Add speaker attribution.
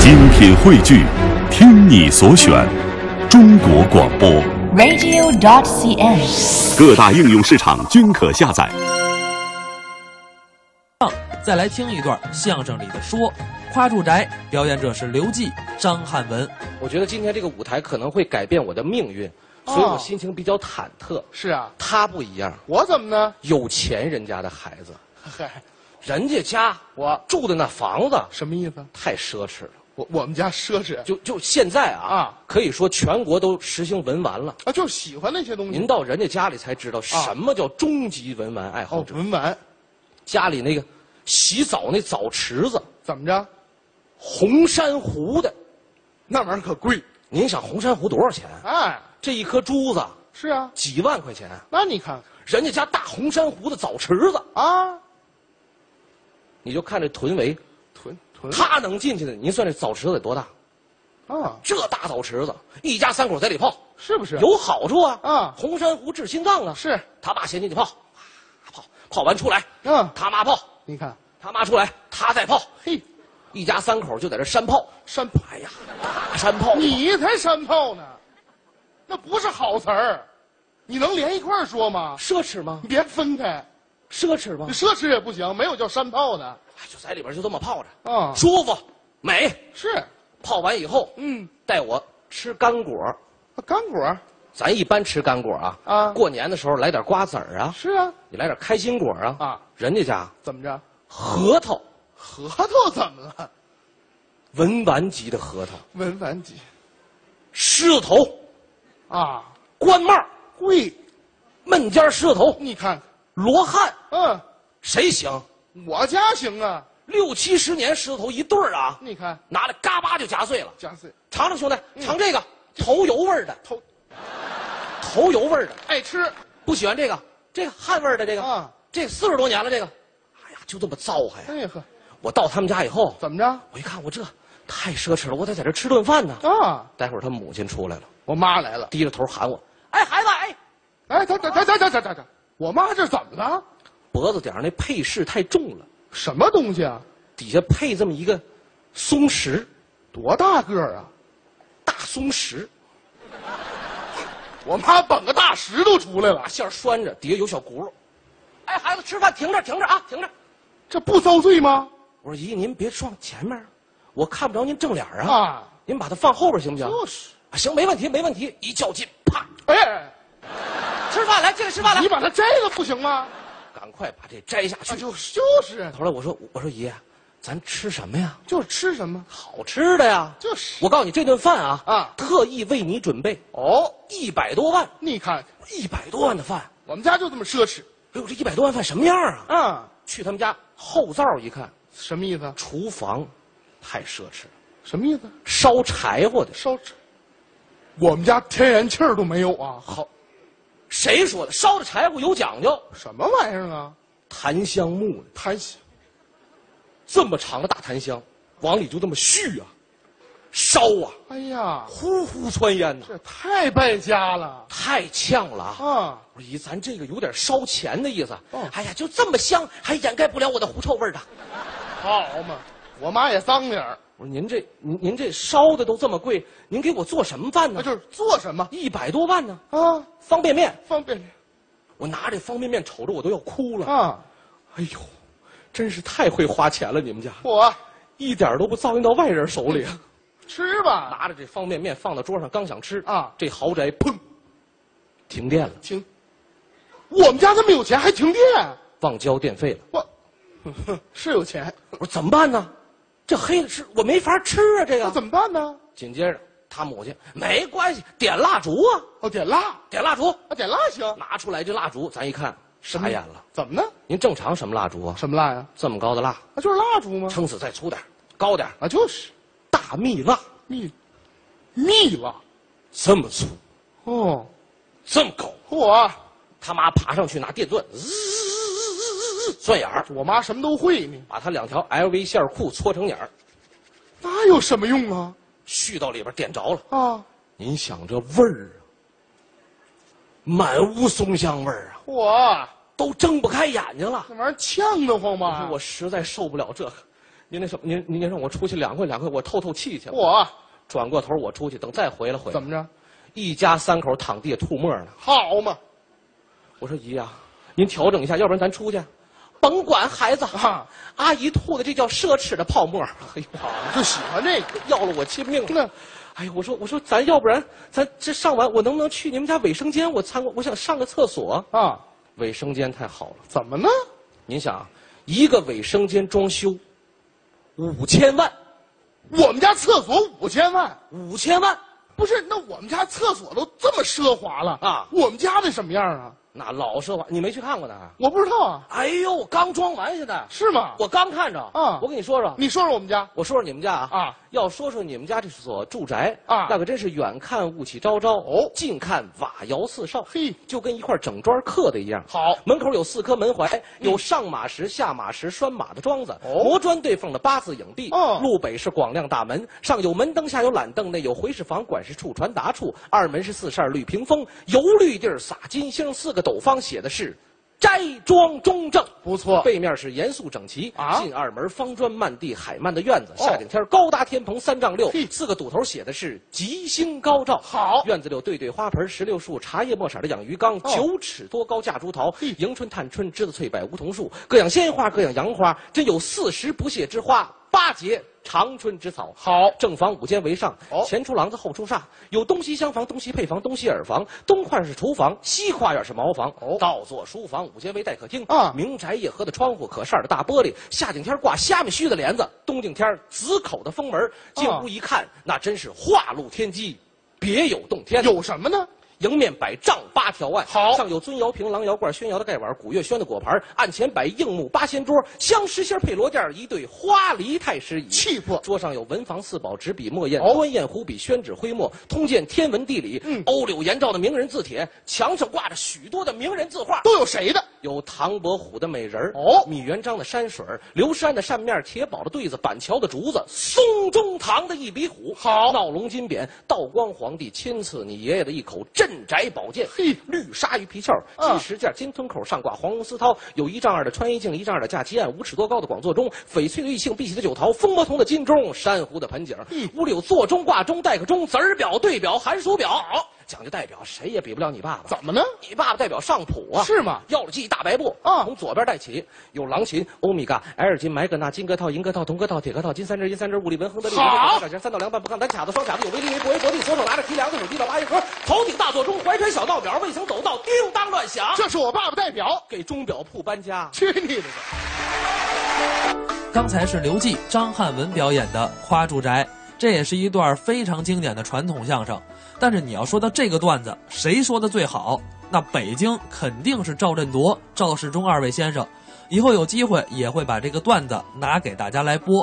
Speaker 1: 精品汇聚，听你所选，中国广播。
Speaker 2: radio.cn。
Speaker 1: 各大应用市场均可下载。
Speaker 3: 再来听一段相声里的说，夸住宅表演者是刘季、张汉文。
Speaker 4: 我觉得今天这个舞台可能会改变我的命运，
Speaker 5: 哦
Speaker 4: 所以我心情比较忐忑。
Speaker 5: 是啊，
Speaker 4: 他不一样，
Speaker 5: 我怎么呢？
Speaker 4: 有钱人家的孩子，
Speaker 5: 嗨，
Speaker 4: 人家家
Speaker 5: 我
Speaker 4: 住的那房子
Speaker 5: 什么意思？
Speaker 4: 太奢侈了。
Speaker 5: 我我们家奢侈
Speaker 4: 就就现在啊，
Speaker 5: 啊
Speaker 4: 可以说全国都实行文玩了。
Speaker 5: 啊，就是喜欢那些东西。
Speaker 4: 您到人家家里才知道什么叫终极文玩爱好
Speaker 5: 啊哦，
Speaker 4: 者。
Speaker 5: 文玩
Speaker 4: 家里那个洗澡那澡池子，
Speaker 5: 怎么着？
Speaker 4: 红珊瑚的，
Speaker 5: 那玩意儿可贵。
Speaker 4: 您想红珊瑚多少钱？啊
Speaker 5: 哎，
Speaker 4: 这一颗珠子
Speaker 5: 是啊，
Speaker 4: 几万块钱，
Speaker 5: 那你看看
Speaker 4: 人家家大红珊瑚的澡池子，
Speaker 5: 啊，
Speaker 4: 你就看这臀围，
Speaker 5: 囤囤
Speaker 4: 他能进去的，您算这澡池子得多大？
Speaker 5: 啊，
Speaker 4: 这大澡池子，一家三口在里泡，
Speaker 5: 是不是？
Speaker 4: 有好处啊！
Speaker 5: 啊
Speaker 4: 红珊瑚治心脏啊！
Speaker 5: 是
Speaker 4: 他爸先进去泡，泡泡完出来，
Speaker 5: 嗯
Speaker 4: 他妈泡，
Speaker 5: 你看，
Speaker 4: 他妈出来，他再泡，
Speaker 5: 嘿，
Speaker 4: 一家三口就在这山泡，
Speaker 5: 山炮，
Speaker 4: 哎呀，大山泡，
Speaker 5: 你才山炮呢，那不是好词儿，你能连一块儿说吗？
Speaker 4: 奢侈吗
Speaker 5: 你？别分开，
Speaker 4: 奢侈吗？
Speaker 5: 奢侈也不行，没有叫山炮的
Speaker 4: 哎就在里边就这么泡着，
Speaker 5: 啊。
Speaker 4: 舒服美。
Speaker 5: 是，啊
Speaker 4: 泡完以后，
Speaker 5: 嗯，
Speaker 4: 带我吃干果，
Speaker 5: 啊干果儿
Speaker 4: 咱一般吃干果啊，
Speaker 5: 啊
Speaker 4: 过年的时候来点瓜子儿啊，
Speaker 5: 是啊，
Speaker 4: 你来点开心果啊，
Speaker 5: 啊，
Speaker 4: 人家家
Speaker 5: 怎么着？
Speaker 4: 核桃。
Speaker 5: 核桃怎么了？
Speaker 4: 文玩级的核桃，
Speaker 5: 文玩集
Speaker 4: 狮子头、
Speaker 5: 啊，
Speaker 4: 官帽、
Speaker 5: 贵，
Speaker 4: 闷尖狮子头、
Speaker 5: 你看看，
Speaker 4: 罗汉，
Speaker 5: 嗯，
Speaker 4: 谁行？
Speaker 5: 我家行啊，
Speaker 4: 六七十年狮子头一对儿啊，
Speaker 5: 你看
Speaker 4: 拿来嘎巴就夹碎了。
Speaker 5: 加岁
Speaker 4: 尝尝兄弟，尝这个头油味儿的，
Speaker 5: 头
Speaker 4: 头油味儿的，
Speaker 5: 爱吃
Speaker 4: 不喜欢这个，这个汗味儿的这个，
Speaker 5: 啊，
Speaker 4: 这四十多年了这个，哎呀，就这么糟害呀！
Speaker 5: 哎呵，
Speaker 4: 我到他们家以后，
Speaker 5: 怎么着
Speaker 4: 我一看我这太奢侈了，我得在这吃顿饭呢。
Speaker 5: 啊？
Speaker 4: 待会儿他母亲出来了，
Speaker 5: 我妈来了，
Speaker 4: 低着头喊我：“哎，孩子，哎，
Speaker 5: 哎，等等等等等等等等，我妈这怎么了？
Speaker 4: 脖子顶上那配饰太重了。”
Speaker 5: 什么东西啊？
Speaker 4: 底下配这么一个松石，
Speaker 5: 多大个儿啊？
Speaker 4: 大松石，
Speaker 5: 我妈捧个大石头出来了
Speaker 4: 把，线拴着，底下有小轱辘。哎，孩子，吃饭停这儿，停这儿啊，停这儿。
Speaker 5: 这不遭罪吗？
Speaker 4: 我说姨，您别撞前面啊，我看不着您正脸儿啊，
Speaker 5: 啊，
Speaker 4: 您把它放后边行不行？
Speaker 5: 就是，
Speaker 4: 啊，行，没问题，没问题。一较劲，啪，
Speaker 5: 哎，
Speaker 4: 吃饭来，这个吃饭来，
Speaker 5: 你把它摘了不行吗？
Speaker 4: 赶快把这摘下去
Speaker 5: 啊，。就是就是
Speaker 4: 后来我说，我说姨，咱吃什么呀？
Speaker 5: 就是吃什么？
Speaker 4: 好吃的呀。
Speaker 5: 就是
Speaker 4: 我告诉你，这顿饭啊，
Speaker 5: 啊
Speaker 4: 特意为你准备
Speaker 5: 哦，
Speaker 4: 一百多万，
Speaker 5: 你看看
Speaker 4: 一百多万的饭。
Speaker 5: 我们家就这么奢侈
Speaker 4: 哎呦，这一百多万饭什么样啊？
Speaker 5: 啊。
Speaker 4: 去他们家后灶一看，
Speaker 5: 什么意思？
Speaker 4: 厨房太奢侈了，
Speaker 5: 什么意思？
Speaker 4: 烧柴火的。
Speaker 5: 烧纸？我们家天然气儿都没有啊！
Speaker 4: 好，谁说的？烧的柴火有讲究，
Speaker 5: 什么玩意儿啊？
Speaker 4: 檀香木的，
Speaker 5: 檀香
Speaker 4: 这么长的大檀香，往里就这么续啊，烧啊，
Speaker 5: 哎呀，
Speaker 4: 呼呼窜烟呐，
Speaker 5: 这太败家了
Speaker 4: 太呛了啊！
Speaker 5: 啊！
Speaker 4: 我说姨，咱这个有点烧钱的意思。
Speaker 5: 哦
Speaker 4: 哎呀，就这么香，还掩盖不了我的狐臭味儿的。
Speaker 5: 好嘛，我妈也脏点儿，
Speaker 4: 我说您这您您这烧的都这么贵，您给我做什么饭呢？
Speaker 5: 那啊就是做什么
Speaker 4: 一百多万呢，
Speaker 5: 嗯啊？
Speaker 4: 方便面。
Speaker 5: 方便面
Speaker 4: 我拿这方便面瞅着我都要哭了。
Speaker 5: 啊！
Speaker 4: 哎呦，真是太会花钱了，你们家
Speaker 5: 我
Speaker 4: 一点儿都不糟践到外人手里。啊
Speaker 5: 吃吧，
Speaker 4: 拿着这方便面放到桌上，刚想吃
Speaker 5: 啊
Speaker 4: 这豪宅砰，停电了，
Speaker 5: 停。我们家那么有钱还停电，
Speaker 4: 忘交电费了。
Speaker 5: 我是有钱，
Speaker 4: 我说怎么办呢？这黑的是我没法吃啊，这
Speaker 5: 那
Speaker 4: 个。
Speaker 5: 怎么办呢？
Speaker 4: 紧接着他母亲没关系，点蜡烛啊，
Speaker 5: 哦，点蜡，
Speaker 4: 点蜡烛，
Speaker 5: 啊，点蜡行。
Speaker 4: 拿出来这蜡烛，咱一看
Speaker 5: 什么
Speaker 4: 傻眼了。？
Speaker 5: 怎么呢？
Speaker 4: 您正常什么蜡烛啊？
Speaker 5: 什么蜡呀？
Speaker 4: 这么高的蜡，
Speaker 5: 啊，就是蜡烛吗？
Speaker 4: 撑死再粗点儿高点儿
Speaker 5: 啊，就是
Speaker 4: 大蜜蜡，
Speaker 5: 蜜蜜蜡。
Speaker 4: 这么粗，
Speaker 5: 哦，
Speaker 4: 这么高。
Speaker 5: 嚯，
Speaker 4: 他妈爬上去拿电钻，滋滋滋滋滋钻眼儿，
Speaker 5: 我妈什么都会呢，
Speaker 4: 把他两条 LV 线裤搓成眼儿，
Speaker 5: 那有什么用啊？
Speaker 4: 絮到里边点着了。
Speaker 5: 啊，
Speaker 4: 您想这味儿啊，满屋松香味儿啊，
Speaker 5: 嚯，
Speaker 4: 都睁不开眼睛了。
Speaker 5: 那玩意儿呛得慌吧？
Speaker 4: 我实在受不了这个，您那什么，您您您让我出去凉快凉快，我透透气去。
Speaker 5: 嚯，
Speaker 4: 转过头我出去，等再回来回来
Speaker 5: 怎，么着？
Speaker 4: 一家三口躺地下吐沫呢。
Speaker 5: 好嘛，
Speaker 4: 我说姨呀、您调整一下，要不然咱出去。甭管孩子，
Speaker 5: 啊
Speaker 4: 阿姨吐的这叫奢侈的泡沫。 哎呦，
Speaker 5: 我就喜欢这个。
Speaker 4: 要了我亲命了
Speaker 5: 那。
Speaker 4: 哎呀，我说我说，咱要不然咱这上完，我能不能去你们家卫生间？我参观，我想上个厕所。
Speaker 5: 啊，
Speaker 4: 卫生间太好了，
Speaker 5: 怎么呢？
Speaker 4: 您想啊，一个卫生间装修五千万，
Speaker 5: 我们家厕所五千万，
Speaker 4: 五千万，
Speaker 5: 不是？那我们家厕所都这么奢华了
Speaker 4: 啊
Speaker 5: 我们家的什么样啊？
Speaker 4: 那老奢华，你没去看过呢？
Speaker 5: 我不知道啊，
Speaker 4: 哎呦，刚装完现在，
Speaker 5: 是吗？
Speaker 4: 我刚看着
Speaker 5: 啊
Speaker 4: 我跟你说说，
Speaker 5: 你说说我们家
Speaker 4: 我说说你们家啊
Speaker 5: 啊，
Speaker 4: 要说说你们家这所住宅
Speaker 5: 啊
Speaker 4: 那可真是远看雾气昭昭，哦，近看瓦窑四少，
Speaker 5: 嘿
Speaker 4: 就跟一块整砖刻的一样。
Speaker 5: 好
Speaker 4: 门口有四颗门槐，有上马石、下马石、拴马的桩子，
Speaker 5: 嗯哦
Speaker 4: 磨砖对缝的八字影壁，
Speaker 5: 哦
Speaker 4: 路北是广亮大门，上有门灯，下有懒凳，内有回事房、管事处、传达处，二门是四扇绿屏风，油绿地儿撒金星，四个斗方写的是。斋庄中正
Speaker 5: 不错
Speaker 4: 背面是严肃整齐
Speaker 5: 啊
Speaker 4: 进二门方砖漫地海漫的院子，
Speaker 5: 哦
Speaker 4: 夏顶天儿高搭天棚三丈六
Speaker 5: 嘿，
Speaker 4: 四个堵头写的是吉星高照。
Speaker 5: 好
Speaker 4: 院子里有对对花盆，石榴树，茶叶墨色的养鱼缸，
Speaker 5: 哦
Speaker 4: 九尺多高架竹桃，迎春、探春、栀子、翠柏、梧桐树，各养鲜花，各养洋花，真有四时不谢之花，八节长春之草。
Speaker 5: 好
Speaker 4: 正房五间为上，
Speaker 5: 哦
Speaker 4: 前出廊子后出煞，有东西厢房、东西配房、东西耳房，东块是厨房，西跨院是茅房，
Speaker 5: 哦
Speaker 4: 倒座书房，五间为待客厅
Speaker 5: 啊
Speaker 4: 明宅夜合的窗户，可扇儿的大玻璃，夏景天儿挂虾米须的帘子，冬景天儿紫口的封门，进
Speaker 5: 啊
Speaker 4: 屋一看，那真是画露天机，别有洞天。
Speaker 5: 有什么呢？
Speaker 4: 迎面摆丈八条案，
Speaker 5: 好
Speaker 4: 上有尊窑瓶、狼窑罐、宣窑的盖碗、古月轩的果盘，案前摆硬木八仙桌，镶石仙配罗垫儿，一对花梨太师椅，
Speaker 5: 气魄
Speaker 4: 桌上有文房四宝、纸笔墨砚、
Speaker 5: 哦
Speaker 4: 端砚、湖笔、宣纸、徽墨，通鉴天文地理，
Speaker 5: 嗯
Speaker 4: 欧柳颜照的名人字帖，墙上挂着许多的名人字画，
Speaker 5: 都有谁的？
Speaker 4: 有唐伯虎的美人儿
Speaker 5: 哦
Speaker 4: 米元璋的山水儿刘山的扇面儿，铁宝的对子，板桥的竹子，松中堂的一笔虎，
Speaker 5: 好
Speaker 4: 闹龙金匾，道光皇帝亲赐你爷爷的一口镇宅宝剑，
Speaker 5: 嘿
Speaker 4: 绿鲨鱼皮鞘，金
Speaker 5: 嗯
Speaker 4: 石件，金吞口上挂黄龙丝绦，有一丈二的穿衣镜，一丈二的架旗案，五尺多高的广座钟，翡翠的玉磬，碧玺的九桃，风波铜的金钟，珊瑚的盆景儿，
Speaker 5: 嗯
Speaker 4: 屋里有座钟、挂钟、带个钟、子儿表、对表、寒暑表，讲究代表，谁也比不了你爸爸。
Speaker 5: 怎么呢？
Speaker 4: 你爸爸代表上谱啊，
Speaker 5: 是吗
Speaker 4: 要了记大白布
Speaker 5: 啊
Speaker 4: 从左边带起，有郎琴、欧米伽、埃尔金、麦格纳、金格套、银格套、铜格套、铁格套、金三针、银三针、物理文、亨德利、
Speaker 5: 好
Speaker 4: 小弦、三道梁、半步杠、单卡子、双卡子、有威力、为博为博力，左手拿着提梁子，手提到八音盒，头顶大座钟，怀揣小闹表，未曾走到，叮当乱响。
Speaker 5: 这是我爸爸代表。
Speaker 4: 给钟表铺搬家，
Speaker 5: 去你的吧！
Speaker 3: 刚才是刘季、张汉文表演的《花住宅》，这也是一段非常经典的传统相声。但是你要说到这个段子，谁说的最好？那北京肯定是赵振铎、赵世忠二位先生。以后有机会也会把这个段子拿给大家来播。